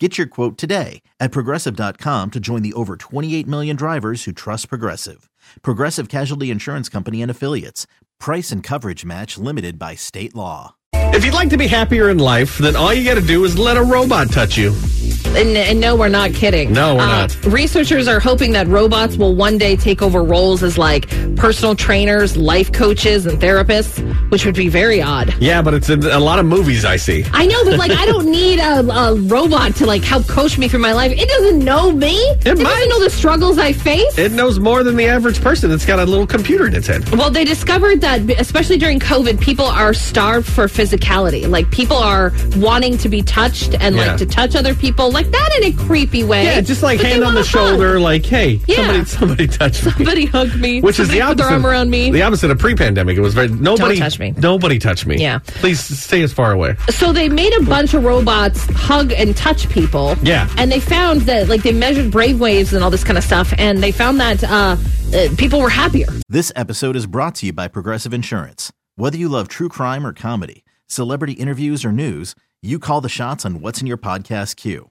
Get your quote today at progressive.com to join the over 28 million drivers who trust Progressive. Progressive Casualty Insurance Company and Affiliates. Price and coverage match limited by state law. If you'd like to be happier in life, then all you got to do is let a robot touch you. And, and no, we're not kidding. Uh, No, we're not. Researchers are hoping that robots will one day take over roles as like personal trainers, life coaches, and therapists, which would be very odd. Yeah, but it's in a lot of movies I see. I know, but like, I don't need a, a robot to like help coach me through my life. It doesn't know me. It, might. doesn't know the struggles I face. It knows more than the average person. It's got a little computer in its head. well, they discovered that, especially during COVID, people are starved for physicality. Like, people are wanting to be touched and Yeah. like to touch other people like that in a creepy way. Yeah, just like But they hand on want the a hug. shoulder, like, hey, somebody, Yeah. somebody touched me. Somebody hug me. Which is the Somebody put opposite. their arm around me. The opposite of pre-pandemic. It was very nobody touch me. Nobody touched me. Yeah. please stay as far away. So they made a bunch of robots hug and touch people. Yeah. And they found that, like, they measured brave waves and all this kind of stuff, and they found that uh, uh, people were happier. This episode is brought to you by Progressive Insurance. Whether you love true crime or comedy, celebrity interviews or news, you call the shots on what's in your podcast queue.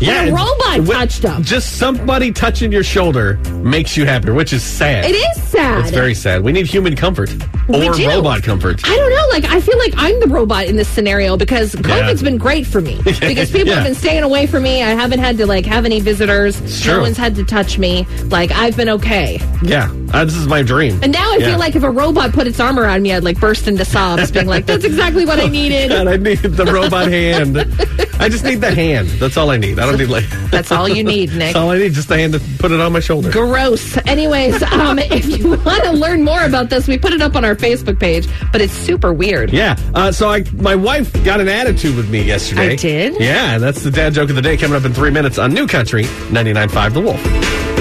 Yeah, a robot it's- touched them. Just somebody touching your shoulder makes you happier, which is sad. It is sad. It's very sad. We need human comfort We or do. robot comfort. I don't know. Like, I feel like I'm the robot in this scenario because COVID's been great for me. Because people Yeah. have been staying away from me. I haven't had to, like, have any visitors. true. No one's had to touch me. Like, I've been okay. Yeah, Uh, this is my dream. And now I Yeah. feel like if a robot put its arm around me, I'd, like, burst into sobs, being like, that's exactly what I needed. God, I need the robot hand. I just need the hand. That's all I need. I don't need like. That's all you need, Nick. That's all I need. Just the hand to put it on my shoulder. Gross. Anyways, um, if you want to learn more about this, we put it up on our Facebook page, but it's super weird. Yeah. Uh, so I, my wife got an attitude with me yesterday. I did? Yeah. That's the dad joke of the day coming up in three minutes on New Country 99.5 The Wolf.